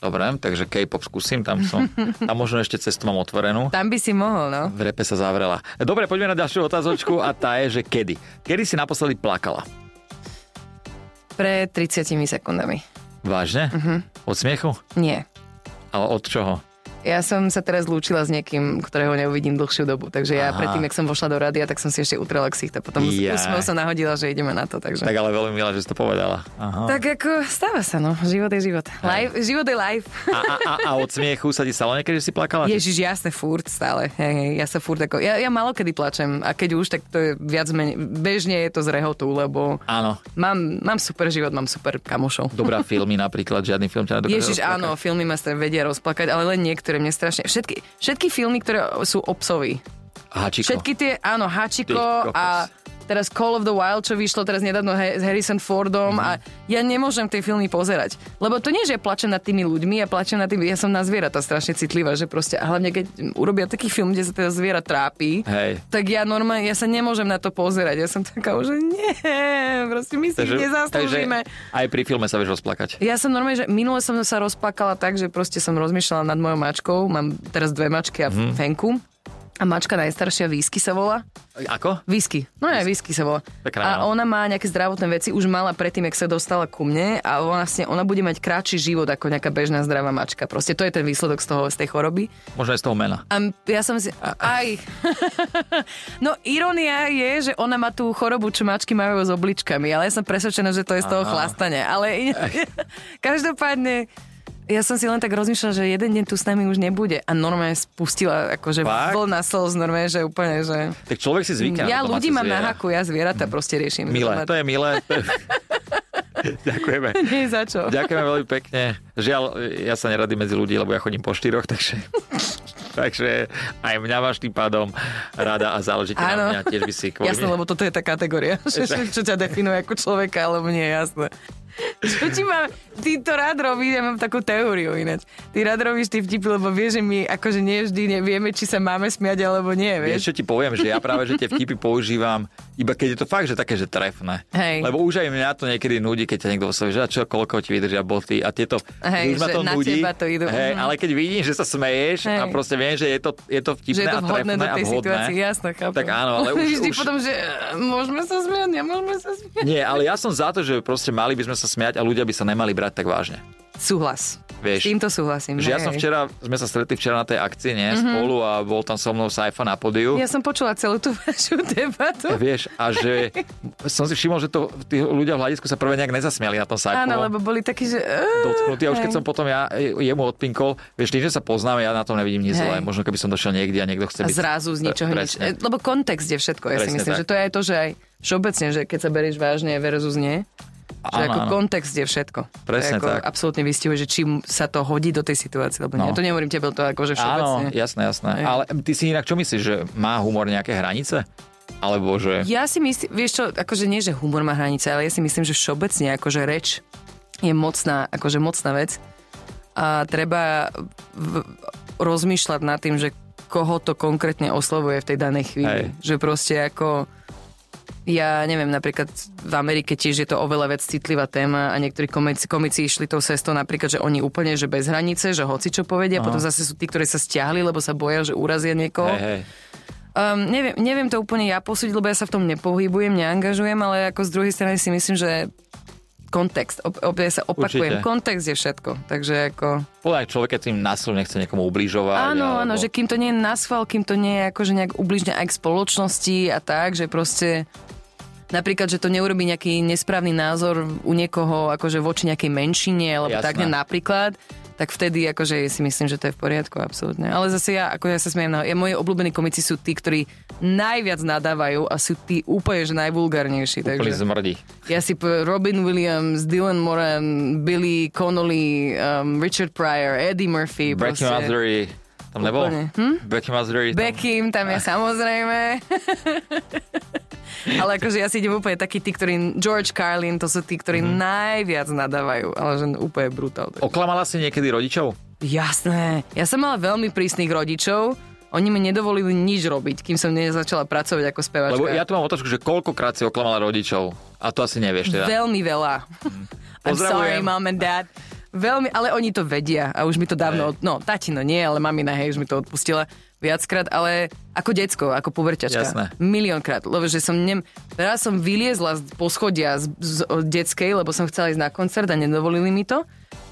[SPEAKER 1] Dobre, takže K-pop skúsim, tam som. Tam možno ešte cestu mám otvorenú.
[SPEAKER 2] Tam by si mohol, no.
[SPEAKER 1] V repe sa zavrela. Dobre, poďme na ďalšiu otázočku a tá je, že kedy? Kedy si naposledy plakala?
[SPEAKER 2] Pred 30 sekundami.
[SPEAKER 1] Mhm. Vážne? Od smiechu?
[SPEAKER 2] Nie.
[SPEAKER 1] Ale od čoho?
[SPEAKER 2] Ja som sa teraz lúčila s niekým, ktorého neuvidím dlhšiu dobu, takže
[SPEAKER 1] Aha.
[SPEAKER 2] ja predtým, jak som vošla do rádia, tak som si ešte utrela ksicht a potom
[SPEAKER 1] Jaj.
[SPEAKER 2] yeah. úsmev sa nahodila, že ideme na to, takže...
[SPEAKER 1] Tak ale veľmi milá, že si to povedala. Aha.
[SPEAKER 2] Tak ako stáva sa, no. Život je život. Life, život je life.
[SPEAKER 1] A, a, a, a od smiechu sa ti stalo niekedy, že si plakala?
[SPEAKER 2] Ježiš, jasne, furt stále. Hej, hej, ja sa furt ako... Ja, ja malokedy plačem a keď už, tak to je viac menej... Bežne je to z rehotu, lebo
[SPEAKER 1] Áno.
[SPEAKER 2] mám, mám super život, mám super kamošov.
[SPEAKER 1] Dobrá filmy napríklad, žiadny film ťa nedokáže
[SPEAKER 2] Ježiš,
[SPEAKER 1] rozplakať.
[SPEAKER 2] áno, filmy ma stra- vedia rozplakať, ale len niektoré mne strašne... Všetky, všetky filmy, ktoré sú o psovi.
[SPEAKER 1] Háčiko.
[SPEAKER 2] Všetky tie, áno, Hačiko
[SPEAKER 1] Ty kokos.
[SPEAKER 2] a teraz Call of the Wild, čo vyšlo teraz nedávno he- s Harrison Fordom a
[SPEAKER 1] Mhm.
[SPEAKER 2] ja nemôžem tie filmy pozerať. Lebo to nie, že ja plačem nad tými ľuďmi, ja plačem nad tými, ja som na zvieratá strašne citlivá, že proste, a hlavne keď urobia taký film, kde sa teda zviera trápi,
[SPEAKER 1] Hej.
[SPEAKER 2] tak ja normálne, ja sa nemôžem na to pozerať. Ja som taká, že nie, proste my si ich nezaslúžime.
[SPEAKER 1] takže aj pri filme sa vieš rozplakať.
[SPEAKER 2] Ja som normálne, že minule som sa rozplakala tak, že proste som rozmýšľala nad mojou mačkou. Mám teraz dve mačky a
[SPEAKER 1] Mhm.
[SPEAKER 2] mm. fenku. A mačka najstaršia Výsky sa volá.
[SPEAKER 1] Ako?
[SPEAKER 2] Whisky. No ja, whisky sa volá.
[SPEAKER 1] Pekná,
[SPEAKER 2] A
[SPEAKER 1] no.
[SPEAKER 2] ona má nejaké zdravotné veci, už mala predtým, jak sa dostala ku mne a ona vlastne, ona bude mať kratší život ako nejaká bežná zdravá mačka. Proste to je ten výsledok z, toho, z tej choroby.
[SPEAKER 1] Možno aj z toho mena.
[SPEAKER 2] A m- ja som si... Aj. no ironia je, že ona má tú chorobu, čo mačky majú s obličkami, ale ja som presvedčená, že to je z toho
[SPEAKER 1] Aha.
[SPEAKER 2] chlastania. Ale každopádne... Ja som si len tak rozmýšľala, že jeden deň tu s nami už nebude a normálne spustila akože
[SPEAKER 1] Fakt?
[SPEAKER 2] vlna slz, normálne, že úplne, že...
[SPEAKER 1] Tak človek si zvykne. na
[SPEAKER 2] Ja
[SPEAKER 1] to
[SPEAKER 2] ľudí
[SPEAKER 1] domáce
[SPEAKER 2] mám na
[SPEAKER 1] zviera. Mhm.
[SPEAKER 2] haku, ja zvieratá proste riešim.
[SPEAKER 1] Milé, to
[SPEAKER 2] to
[SPEAKER 1] je milé. Ďakujeme.
[SPEAKER 2] Nie je za čo.
[SPEAKER 1] Ďakujeme veľmi pekne. Žiaľ, ja sa nerady medzi ľudí, lebo ja chodím po štyroch, takže... Takže aj mňa máš tým pádom rada a záleží ti
[SPEAKER 2] Áno.
[SPEAKER 1] na mňa, tiež by si kvôli
[SPEAKER 2] Jasné,
[SPEAKER 1] mne-
[SPEAKER 2] lebo toto je tá kategória, že, že- čo ťa definuje ako človeka, ale mne je jasné. Čo ti mám? Ty to rád robíš, ja mám takú teóriu ináč. Ty rád robíš tie vtipy, lebo vieš, že my akože nie vždy nevieme, či sa máme smiať alebo nie, vieš.
[SPEAKER 1] Vieš, čo ti poviem, že ja práve, že tie vtipy používam, iba keď je to fakt, že také, že trefné.
[SPEAKER 2] Hej.
[SPEAKER 1] Lebo už aj mňa to niekedy nudí, keď ťa niekto osloví, že a čo, koľko ti vydržia boty a tieto, už
[SPEAKER 2] Hej,
[SPEAKER 1] ma
[SPEAKER 2] že
[SPEAKER 1] to
[SPEAKER 2] na
[SPEAKER 1] nudí.
[SPEAKER 2] teba to idú.
[SPEAKER 1] Hej,
[SPEAKER 2] Mhm.
[SPEAKER 1] ale keď vidím, že sa smeješ a
[SPEAKER 2] Hej.
[SPEAKER 1] proste viem, že je to, je to vtipné
[SPEAKER 2] Že je to
[SPEAKER 1] a
[SPEAKER 2] vhodné
[SPEAKER 1] trefné
[SPEAKER 2] do
[SPEAKER 1] a
[SPEAKER 2] tej
[SPEAKER 1] vhodné.
[SPEAKER 2] situácie, jasné, chápem.
[SPEAKER 1] Tak áno, ale už,
[SPEAKER 2] Vždy
[SPEAKER 1] už...
[SPEAKER 2] potom, že e, môžeme sa smiať, nemôžeme sa smiať.
[SPEAKER 1] Nie, ale ja som za to, že proste mali by sme sa smiať a ľudia by sa nemali brať tak vážne.
[SPEAKER 2] Súhlas.
[SPEAKER 1] Vieš,
[SPEAKER 2] S týmto súhlasím.
[SPEAKER 1] Že ja
[SPEAKER 2] hej. Mhm.
[SPEAKER 1] som včera, sme sa stretli včera na tej akcii, nie, mm-hmm. spolu a bol tam so mnou Saifa na podiu.
[SPEAKER 2] Ja som počula celú tú vašu debatu.
[SPEAKER 1] A vieš, a že som si všimol, že to tí ľudia v hľadisku sa prvé nejak nezasmiali na tom sajpovom
[SPEAKER 2] Áno, lebo boli takí, že... e,
[SPEAKER 1] dotknutý a už keď
[SPEAKER 2] hej.
[SPEAKER 1] som potom ja e, jemu odpinkol, vieš, tým, že sa poznáme, ja na tom nevidím nič
[SPEAKER 2] Hej.
[SPEAKER 1] zlé. Možno keby som došiel niekde a niekto chce
[SPEAKER 2] A
[SPEAKER 1] byť...
[SPEAKER 2] zrazu z ničoho
[SPEAKER 1] Pre-
[SPEAKER 2] nič.
[SPEAKER 1] presne.
[SPEAKER 2] E, Lebo kontext je všetko, ja si
[SPEAKER 1] Presne
[SPEAKER 2] myslím,
[SPEAKER 1] tak.
[SPEAKER 2] že to je aj to, že aj všeobecne, že keď sa berieš vážne versus nie, že
[SPEAKER 1] Áno,
[SPEAKER 2] ako
[SPEAKER 1] áno.
[SPEAKER 2] kontext je všetko.
[SPEAKER 1] Presne
[SPEAKER 2] to je ako
[SPEAKER 1] tak.
[SPEAKER 2] Absolútne vystihuje, že či sa to hodí do tej situácie, lebo nie.
[SPEAKER 1] No.
[SPEAKER 2] To nehovorím tebe, to ako, že
[SPEAKER 1] Áno,
[SPEAKER 2] všeobecne.
[SPEAKER 1] jasné, jasné.
[SPEAKER 2] Hej.
[SPEAKER 1] Ale ty si inak čo myslíš, že má humor nejaké hranice? Alebo že...
[SPEAKER 2] Ja si myslím, vieš čo, akože nie, že humor má hranice, ale ja si myslím, že všeobecne akože reč je mocná, akože mocná vec a treba v, rozmýšľať nad tým, že koho to konkrétne oslovuje v tej danej chvíli. Hej. Že proste ako ja neviem, napríklad v Amerike tiež je to oveľa viac citlivá téma a niektorí komici, komici išli tou cestou napríklad, že oni úplne, že bez hranice, že hoci čo povedia, Aha. potom zase sú tí, ktorí sa stiahli, lebo sa boja, že urazia niekoho.
[SPEAKER 1] Hej, hej.
[SPEAKER 2] Um, neviem, neviem to úplne ja posúdiť, lebo ja sa v tom nepohybujem, neangažujem, ale ako z druhej strany si myslím, že kontext, op- op- ja sa opakujem,
[SPEAKER 1] Určite.
[SPEAKER 2] kontext je všetko, takže ako...
[SPEAKER 1] Podľa mňa človek, keď tým násilne nechce niekomu ubližovať.
[SPEAKER 2] Áno,
[SPEAKER 1] alebo...
[SPEAKER 2] áno, že kým to nie je na schvál, kým to nie je akože nejak ubližne aj k spoločnosti a tak, že proste napríklad, že to neurobí nejaký nesprávny názor u niekoho akože voči nejakej menšine, alebo
[SPEAKER 1] Jasné.
[SPEAKER 2] tak ne, napríklad, tak vtedy akože si myslím, že to je v poriadku, absolútne. Ale zase ja, ako ja sa smiem, na, ja, moje obľúbení komici sú tí, ktorí najviac nadávajú a sú tí úplne, že najvulgárnejší.
[SPEAKER 1] Úplne
[SPEAKER 2] Takže...
[SPEAKER 1] zmrdí.
[SPEAKER 2] Ja si po- Robin Williams, Dylan Moran, Billy Connolly, um, Richard Pryor, Eddie Murphy.
[SPEAKER 1] Becky
[SPEAKER 2] proste.
[SPEAKER 1] Mazery tam nebol?
[SPEAKER 2] Úplne. hm?
[SPEAKER 1] Becky Mazery tam...
[SPEAKER 2] Bekim tam je samozrejme. ale akože ja si idem úplne taký tí, ktorí... George Carlin, to sú tí, ktorí
[SPEAKER 1] Mhm.
[SPEAKER 2] mm. najviac nadávajú. Ale že úplne brutál. Tak.
[SPEAKER 1] Oklamala si niekedy rodičov?
[SPEAKER 2] Jasné. Ja som mala veľmi prísnych rodičov. Oni mi nedovolili nič robiť, kým som nezačala pracovať ako spevačka.
[SPEAKER 1] Lebo ja tu mám otázku, že koľkokrát si oklamala rodičov? A to asi nevieš teda. Mhm.
[SPEAKER 2] Veľmi veľa. I'm sorry,
[SPEAKER 1] Pozdravujem.
[SPEAKER 2] mom and dad. Veľmi, ale oni to vedia a už mi to dávno, od, no tatino nie, ale mamina hej, už mi to odpustila viackrát, ale ako decko, ako puberťačka.
[SPEAKER 1] Jasné.
[SPEAKER 2] Miliónkrát, lebo že som nem... Raz som vyliezla z poschodia z, z, z detskej, lebo som chcela ísť na koncert a nedovolili mi to.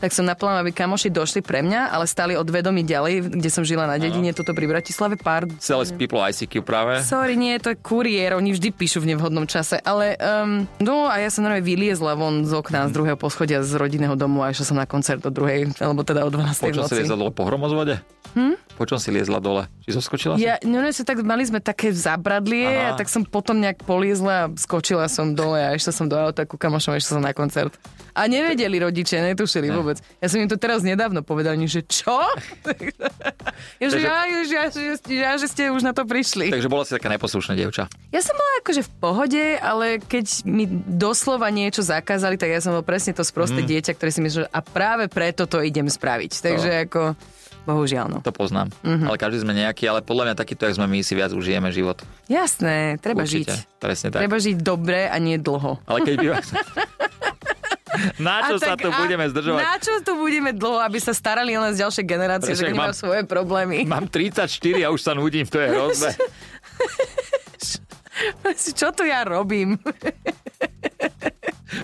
[SPEAKER 2] tak som naplánovala, aby kamoši došli pre mňa, ale stali od vedomí ďalej, kde som žila na dedine, toto pri Bratislave, pár...
[SPEAKER 1] Celé spiplo ICQ práve.
[SPEAKER 2] Sorry, nie, to je kuriér, oni vždy píšu v nevhodnom čase, ale um, no a ja som normálne vyliezla von z okna z druhého poschodia z rodinného domu a išla som na koncert do druhej, alebo teda o 12.
[SPEAKER 1] Počom si
[SPEAKER 2] noci.
[SPEAKER 1] liezla dole po hromozvode? Hm? Počom si liezla dole? Či zoskočila si?
[SPEAKER 2] Ja, no, no, so tak mali sme také zabradlie
[SPEAKER 1] Aha.
[SPEAKER 2] a tak som potom nejak poliezla a skočila som dole a išla som do auta ku kamošom, išla som na koncert. A nevedeli rodičia, netušili vôbec. Ja som im to teraz nedávno povedal, oni, že čo? ja, že,
[SPEAKER 1] Takže-
[SPEAKER 2] ja, že, ja, že, ja, že ste už na to prišli.
[SPEAKER 1] Takže bola si taká neposlušná dievča.
[SPEAKER 2] Ja som bola akože v pohode, ale keď mi doslova niečo zakázali, tak ja som bol presne to sprosté mm. dieťa, ktoré si myslel, že a práve preto to idem spraviť. Takže ako, bohužiaľ no.
[SPEAKER 1] To poznám. Ale každý sme nejaký, ale podľa mňa takýto, jak sme my, si viac užijeme život.
[SPEAKER 2] Jasné, treba
[SPEAKER 1] Určite.
[SPEAKER 2] žiť.
[SPEAKER 1] Presne tak.
[SPEAKER 2] Treba žiť dobre a nie dlho.
[SPEAKER 1] Ale keď býva... Na čo
[SPEAKER 2] a
[SPEAKER 1] sa tu
[SPEAKER 2] a
[SPEAKER 1] budeme zdržovať?
[SPEAKER 2] Na čo tu budeme dlho, aby sa starali len z ďalšej generácie,
[SPEAKER 1] Prečo,
[SPEAKER 2] že
[SPEAKER 1] ak mám-
[SPEAKER 2] majú svoje problémy.
[SPEAKER 1] Mám 34 a už sa nudím, to je hrozné.
[SPEAKER 2] čo tu ja robím?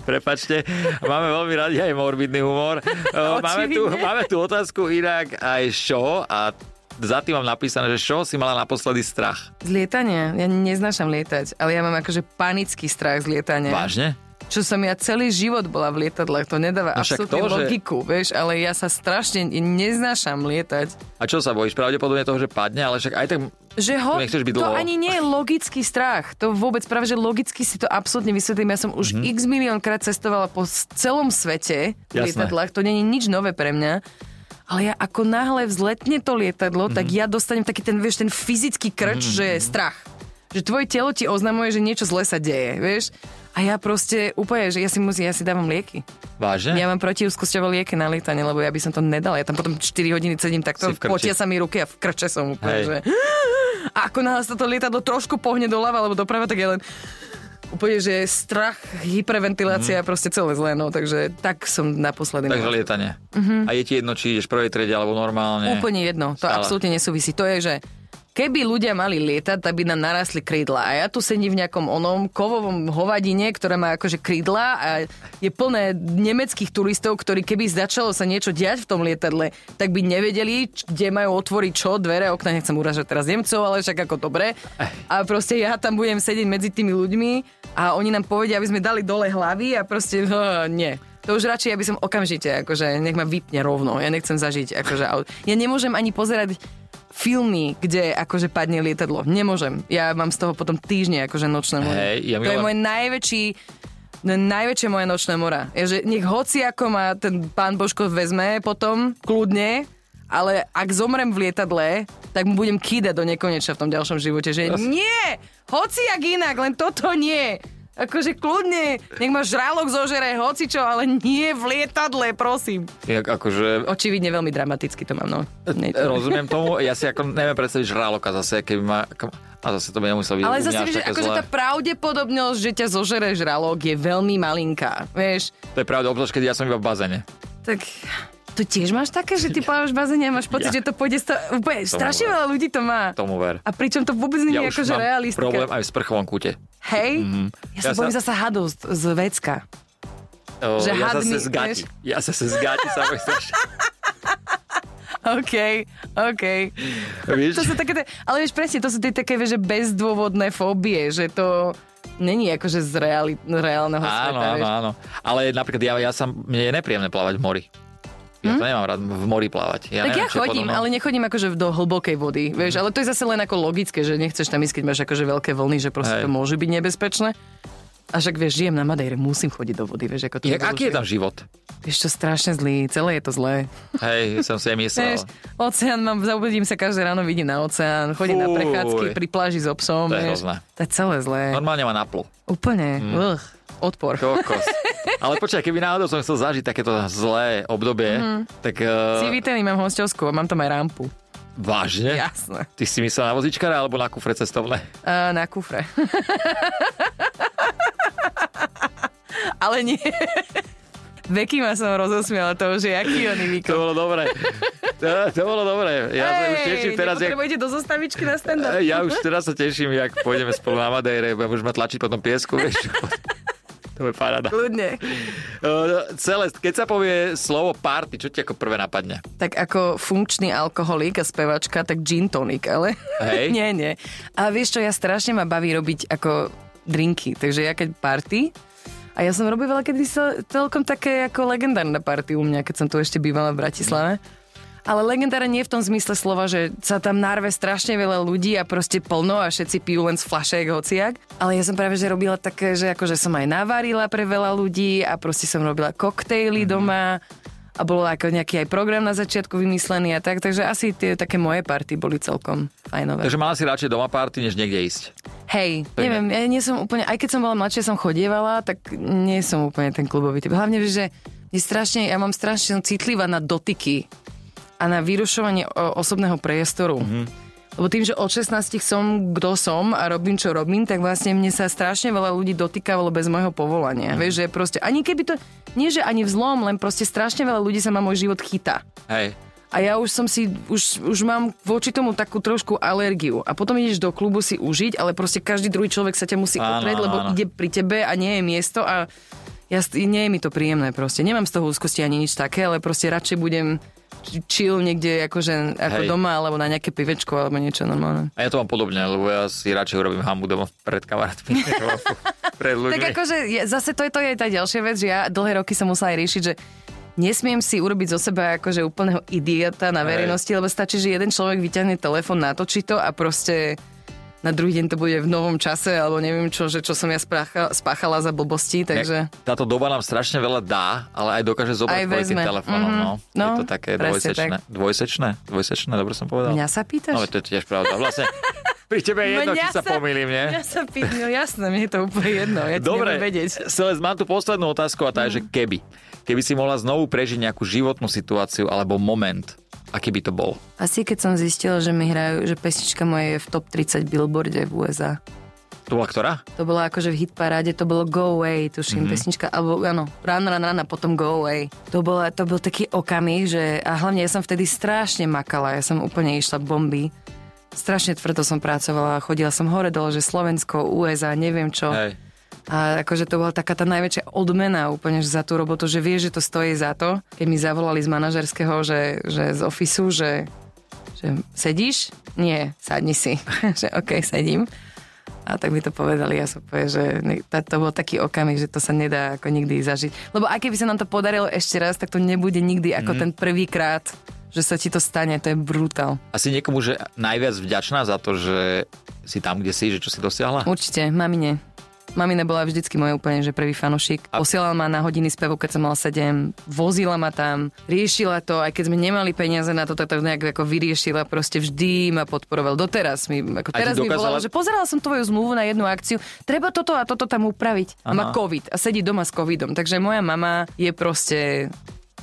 [SPEAKER 1] Prepačte, máme veľmi radi aj morbidný humor. Eh, Máme tu,
[SPEAKER 2] Očividne.
[SPEAKER 1] máme tu otázku inak aj z čoho a za tým mám napísané, že z čoho si mala naposledy strach.
[SPEAKER 2] Z lietania. Ja neznášam lietať, ale ja mám akože panický strach z lietania.
[SPEAKER 1] Vážne?
[SPEAKER 2] Čo som ja celý život bola v lietadlách, to nedáva
[SPEAKER 1] No však
[SPEAKER 2] absolútne
[SPEAKER 1] to, že-
[SPEAKER 2] logiku, vieš, ale ja sa strašne neznášam lietať.
[SPEAKER 1] A čo sa bojíš? Pravdepodobne toho, že padne, ale však aj tak...
[SPEAKER 2] Že ho,
[SPEAKER 1] nechceš byť
[SPEAKER 2] to
[SPEAKER 1] dlho.
[SPEAKER 2] ani nie je logický strach. To vôbec, práve že logicky si to absolútne vysvetlím. Ja som už mm-hmm. x miliónkrát cestovala po s- celom svete
[SPEAKER 1] Mhm.
[SPEAKER 2] v
[SPEAKER 1] Jasné.
[SPEAKER 2] lietadlách. To nie je nič nové pre mňa. Ale ja ako náhle vzletne to lietadlo,
[SPEAKER 1] Mhm.
[SPEAKER 2] mm-hmm. tak ja dostanem taký ten, vieš, ten fyzický krč, mm-hmm. že strach. Že tvoje telo ti oznamuje, že niečo zle sa deje, vieš. A ja proste úplne, že ja si musím, ja si dávam lieky.
[SPEAKER 1] Vážne?
[SPEAKER 2] Ja mám protiúzkosťové lieky na lietanie, lebo ja by som to nedala. Ja tam potom 4 hodiny sedím takto,
[SPEAKER 1] Si v krči.
[SPEAKER 2] potia sa mi ruky a v krče som úplne,
[SPEAKER 1] Hej.
[SPEAKER 2] že... A ako náhle sa to lietadlo trošku pohne doľava alebo doprava, tak je len úplne, že strach, hyperventilácia, mm. proste celé zlé, no, takže tak som naposledy.
[SPEAKER 1] Mhm. Takže
[SPEAKER 2] mala.
[SPEAKER 1] lietanie. A je ti jedno, či ideš v prvej triede alebo normálne.
[SPEAKER 2] Mhm. Úplne jedno, to
[SPEAKER 1] Stále.
[SPEAKER 2] absolútne nesúvisí. To je, že keby ľudia mali lietať, tak by nám narastli krídla. A ja tu sedím v nejakom onom kovovom hovadine, ktoré má akože krídla a je plné nemeckých turistov, ktorí keby začalo sa niečo diať v tom lietadle, tak by nevedeli, č- kde majú otvoriť čo, dvere, okna, nechcem uražať teraz Nemcov, ale však ako dobre. A proste ja tam budem sedieť medzi tými ľuďmi a oni nám povedia, aby sme dali dole hlavy a proste no, nie. To už radšej, aby som okamžite, akože nech ma vypne rovno. Ja nechcem zažiť, akože aut- Ja nemôžem ani pozerať filmy, kde akože padne lietadlo. Nemôžem. Ja mám z toho potom týždne akože nočné more.
[SPEAKER 1] Hej, ja
[SPEAKER 2] to je
[SPEAKER 1] milujem-
[SPEAKER 2] môj najväčší no, najväčšie moje nočné mora. Je, že nech hoci ako ma ten pán Božko vezme potom, kľudne, ale ak zomrem v lietadle, tak mu budem kýdať do nekonečna v tom ďalšom živote, že nie, hoci jak inak, len toto nie. Akože kľudne, nech ma žralok zožere hocičo, ale nie v lietadle, prosím.
[SPEAKER 1] Inak akože
[SPEAKER 2] Očividne veľmi dramaticky to mám, no. Nie je to-
[SPEAKER 1] Rozumiem tomu, ja si ako neviem predstaviť žraloka zase, keby ma... ako- A zase to by nemuselo byť
[SPEAKER 2] Ale
[SPEAKER 1] u mňa
[SPEAKER 2] zase
[SPEAKER 1] až
[SPEAKER 2] vieš, že
[SPEAKER 1] také
[SPEAKER 2] akože
[SPEAKER 1] zlé.
[SPEAKER 2] tá pravdepodobnosť, že ťa zožere žralok je veľmi malinká, vieš.
[SPEAKER 1] To je pravda, obzvlášť, keď ja som iba v bazene.
[SPEAKER 2] Tak to tiež máš také, že ty plávaš v bazéne a máš pocit,
[SPEAKER 1] Ja.
[SPEAKER 2] že to pôjde sto... úplne,
[SPEAKER 1] Tomu
[SPEAKER 2] strašne
[SPEAKER 1] ver.
[SPEAKER 2] veľa ľudí to má.
[SPEAKER 1] Tomu ver.
[SPEAKER 2] A pričom to vôbec nie
[SPEAKER 1] Ja
[SPEAKER 2] je
[SPEAKER 1] už
[SPEAKER 2] akože
[SPEAKER 1] mám
[SPEAKER 2] realistika.
[SPEAKER 1] problém aj v sprchovom kúte.
[SPEAKER 2] Hej, mm-hmm. ja sa
[SPEAKER 1] Ja sa-
[SPEAKER 2] bojím zasa hadov z, z vecka.
[SPEAKER 1] O,
[SPEAKER 2] Že
[SPEAKER 1] ja
[SPEAKER 2] had
[SPEAKER 1] zase
[SPEAKER 2] mi-
[SPEAKER 1] z gati.
[SPEAKER 2] vieš-
[SPEAKER 1] Ja zase z gati sa bojím strašne.
[SPEAKER 2] OK, OK.
[SPEAKER 1] Vieš?
[SPEAKER 2] To sú také, tie- ale vieš presne, to sú tie také, vieš, že bezdôvodné fóbie, že to není akože z reali, reálneho
[SPEAKER 1] Áno,
[SPEAKER 2] sveta,
[SPEAKER 1] áno,
[SPEAKER 2] vieš.
[SPEAKER 1] áno. Ale napríklad ja, ja sa, mne je nepríjemné plávať v mori. Ja to nemám rád, v mori plávať. Ja
[SPEAKER 2] Hm? Tak
[SPEAKER 1] neviem,
[SPEAKER 2] ja
[SPEAKER 1] čo je
[SPEAKER 2] chodím,
[SPEAKER 1] podobno. Mhm.
[SPEAKER 2] ale nechodím akože do hlbokej vody, vieš, ale to je zase len ako logické, že nechceš tam ísť, keď máš akože veľké vlny, že proste
[SPEAKER 1] Hej.
[SPEAKER 2] to môže byť nebezpečné. A však vieš, žijem na Madejre, musím chodiť do vody, vieš, ako to
[SPEAKER 1] Inak, aký je tam život?
[SPEAKER 2] Vieš čo, strašne zlý, celé je to zlé.
[SPEAKER 1] Hej, som si aj myslel.
[SPEAKER 2] Vieš, oceán mám, zaobudím sa každé ráno, vidím na oceán, chodím na
[SPEAKER 1] Fuj.
[SPEAKER 2] prechádzky pri pláži s obsom,
[SPEAKER 1] To je
[SPEAKER 2] vieš.
[SPEAKER 1] hrozné. Mhm.
[SPEAKER 2] To je celé zlé.
[SPEAKER 1] Normálne ma naplo.
[SPEAKER 2] Úplne, mm. odpor.
[SPEAKER 1] Kokos. Ale počkaj, keby náhodou som chcel zažiť takéto zlé obdobie, tak uh,
[SPEAKER 2] Mhm. Si vítený, mám hostovskú a mám tam aj rampu.
[SPEAKER 1] vážne?
[SPEAKER 2] Jasné.
[SPEAKER 1] Ty si myslel na vozičkara alebo na kufre cestovné?
[SPEAKER 2] Uh, na kufre. Ale nie. Veky ma som rozosmiala toho, že aký on je
[SPEAKER 1] To
[SPEAKER 2] výkon.
[SPEAKER 1] bolo dobré. To, to bolo dobré. Ja sa už teším teraz, jak,
[SPEAKER 2] nepotrebujete do zostavičky na stand-up?
[SPEAKER 1] E, ja už teraz sa teším, jak pôjdeme spolu na Madejre, budem už ma tlačiť po tom piesku, vieš. To je paráda.
[SPEAKER 2] Kľudne.
[SPEAKER 1] Uh, Celest, keď sa povie slovo party, čo ti ako prvé napadne?
[SPEAKER 2] Tak ako funkčný alkoholík a spevačka, tak gin tonic, ale...
[SPEAKER 1] Hej.
[SPEAKER 2] nie, nie. A vieš čo, ja strašne ma baví robiť ako drinky, takže ja keď party, a ja som robila kedy celkom také ako legendárne party u mňa, keď som tu ešte bývala v Bratislave. Ale legendára nie v tom zmysle slova, že sa tam narve strašne veľa ľudí a proste plno a všetci pijú len z flašek hociak. Ale ja som práve že robila také, že akože som aj navarila pre veľa ľudí a proste som robila koktejly doma a bolo ako nejaký aj program na začiatku vymyslený a tak, takže asi tie také moje party boli celkom fajnové.
[SPEAKER 1] Takže mala si radšej doma party, než niekde ísť.
[SPEAKER 2] Hej,
[SPEAKER 1] To je
[SPEAKER 2] neviem, ja nie som úplne, aj keď som bola mladšia, som chodievala, tak nie som úplne ten klubový typ. Hlavne, vieš, že je strašne, ja mám strašne som citlivá na dotyky a na vyrušovanie o, osobného priestoru.
[SPEAKER 1] Mhm.
[SPEAKER 2] Mm-hmm. Lebo tým, že od 16 som kto som a robím, čo robím, tak vlastne mne sa strašne veľa ľudí dotýkalo bez môjho
[SPEAKER 1] Mhm.
[SPEAKER 2] povolania. Mm-hmm. Vieš, že proste, ani keby to, nie že ani vzlom, len proste strašne veľa ľudí sa ma môj život chytá.
[SPEAKER 1] Hej.
[SPEAKER 2] A ja už som si, už, už mám voči tomu takú trošku alergiu. A potom ideš do klubu si užiť, ale proste každý druhý človek sa ťa musí
[SPEAKER 1] Áno,
[SPEAKER 2] oprieť,
[SPEAKER 1] áno,
[SPEAKER 2] lebo
[SPEAKER 1] áno.
[SPEAKER 2] ide pri tebe a nie je miesto a ja, s- nie je mi to príjemné proste. Nemám z toho úzkosti ani nič také, ale proste radšej budem č- chill niekde akože ako
[SPEAKER 1] Hej.
[SPEAKER 2] doma alebo na nejaké pivečko alebo niečo normálne.
[SPEAKER 1] A ja to mám podobne, lebo ja si radšej urobím hambu doma pred kamarátmi. lebo pred ľuďmi.
[SPEAKER 2] Tak akože je, zase to je, to je tá ďalšia vec, že ja dlhé roky som musela aj riešiť, že nesmiem si urobiť zo seba akože úplného idiota na
[SPEAKER 1] Hej.
[SPEAKER 2] verejnosti, lebo stačí, že jeden človek vyťahne telefón, natočí to a proste na druhý deň to bude v novom čase, alebo neviem čo, že čo som ja spáchala, spáchala za blbosti, takže...
[SPEAKER 1] Ne, Táto doba nám strašne veľa dá, ale aj dokáže zobrať
[SPEAKER 2] Aj
[SPEAKER 1] kvôli tým
[SPEAKER 2] vezme.
[SPEAKER 1] telefónom.
[SPEAKER 2] Mhm.
[SPEAKER 1] No.
[SPEAKER 2] No,
[SPEAKER 1] je to také
[SPEAKER 2] presne
[SPEAKER 1] dvojsečné. Dvojsečné? Dvojsečné, dobre som povedal?
[SPEAKER 2] Mňa sa pýtaš?
[SPEAKER 1] No veď to je tiež pravda. Vlastne pri tebe je jedno, či sa pomýlim, nie?
[SPEAKER 2] Ja sa pýtam, no jasné, mne je to úplne jedno, ja ti
[SPEAKER 1] Dobre,
[SPEAKER 2] Dobre. vedieť. Mhm.
[SPEAKER 1] Celest, mám tu poslednú otázku a tá je, že keby. Keby si mohla znovu prežiť nejakú životnú situáciu alebo moment, aký by to bol?
[SPEAKER 2] Asi keď som zistila, že mi hrajú, že pesnička moje je v top 30 billboarde v USA.
[SPEAKER 1] To bola ktorá?
[SPEAKER 2] To bola akože v hitparáde, to bolo Go Away, tuším, mm-hmm. pesnička, alebo áno, Run, Run, Run a potom Go Away. To, bola, to bol taký okamih, že a hlavne ja som vtedy strašne makala, ja som úplne išla bomby. Strašne tvrdo som pracovala, chodila som hore dole, že Slovensko, USA, neviem čo.
[SPEAKER 1] Hej.
[SPEAKER 2] A akože to bola taká tá najväčšia odmena úplne že za tú robotu, že vie, že to stojí za to. Keď mi zavolali z manažerského, že, že z ofisu, že, že sedíš? Nie, sadni si. že OK, sedím. A tak mi to povedali, ja som povedal, že ne- tá- to bol taký okamih, že to sa nedá ako nikdy zažiť. Lebo aj keby sa nám to podarilo ešte raz, tak to nebude nikdy ako mm. ten prvýkrát, že sa ti to stane, to je brutál.
[SPEAKER 1] Asi niekomu, že najviac vďačná za to, že si tam, kde si, že čo si dosiahla?
[SPEAKER 2] Určite, mamine. Mamina bola vždycky môj úplne, že prvý fanošik.
[SPEAKER 1] A-
[SPEAKER 2] Posielala ma na hodiny spevu, keď som mala 7, vozila ma tam, riešila to, aj keď sme nemali peniaze na to, tak to nejak ako vyriešila, proste vždy ma podporoval. Doteraz mi,
[SPEAKER 1] A
[SPEAKER 2] ako
[SPEAKER 1] ti
[SPEAKER 2] teraz mi
[SPEAKER 1] dokázala-
[SPEAKER 2] volala, že pozerala som tvoju zmluvu na jednu akciu, treba toto a toto tam upraviť. A má
[SPEAKER 1] Aha.
[SPEAKER 2] COVID a sedí doma s covidom, takže moja mama je proste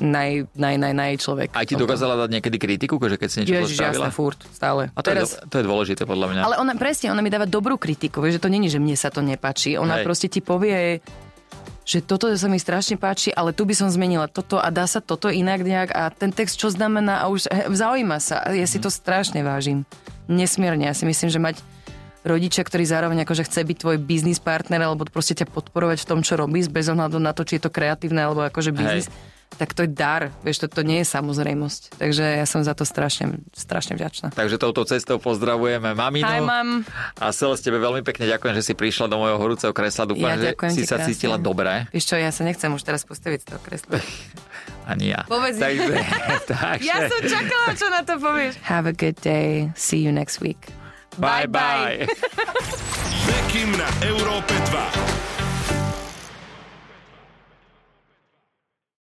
[SPEAKER 2] naj, naj, naj, naj človek.
[SPEAKER 1] Aj ti dokázala dať niekedy kritiku, že keď si niečo
[SPEAKER 2] Ježiš,
[SPEAKER 1] postavila?
[SPEAKER 2] jasné, furt, stále.
[SPEAKER 1] A to, teraz... je, do- to je dôležité podľa mňa.
[SPEAKER 2] Ale ona, presne, ona mi dáva dobrú kritiku, vieš, že to není, že mne sa to nepáči.
[SPEAKER 1] Hej.
[SPEAKER 2] Ona Hej. proste ti povie, že toto sa mi strašne páči, ale tu by som zmenila toto a dá sa toto inak nejak a ten text čo znamená a už he, zaujíma sa. A Ja si to strašne vážim. Nesmierne. Ja si myslím, že mať rodiča, ktorý zároveň akože chce byť tvoj biznis partner alebo proste ťa podporovať v tom, čo robíš, bez ohľadu na to, či je to kreatívne alebo akože biznis, tak to je dar. Vieš, to, to nie je samozrejmosť. Takže ja som za to strašne, strašne vďačná.
[SPEAKER 1] Takže touto cestou pozdravujeme maminu.
[SPEAKER 2] Hi, mam.
[SPEAKER 1] A Celes, tebe veľmi pekne ďakujem, že si prišla do mojho horúceho kresla. Dúfam,
[SPEAKER 2] Ja
[SPEAKER 1] že
[SPEAKER 2] ďakujem
[SPEAKER 1] si
[SPEAKER 2] ti
[SPEAKER 1] sa
[SPEAKER 2] krásne.
[SPEAKER 1] cítila dobre.
[SPEAKER 2] Vieš čo, ja sa nechcem už teraz postaviť z toho kresla.
[SPEAKER 1] Ani ja.
[SPEAKER 2] Povedz mi.
[SPEAKER 1] takže, takže,
[SPEAKER 2] Ja som čakala, čo na to povieš. Have a good day. See you next week.
[SPEAKER 1] bye, bye. bye.
[SPEAKER 3] Bekim na Európe 2.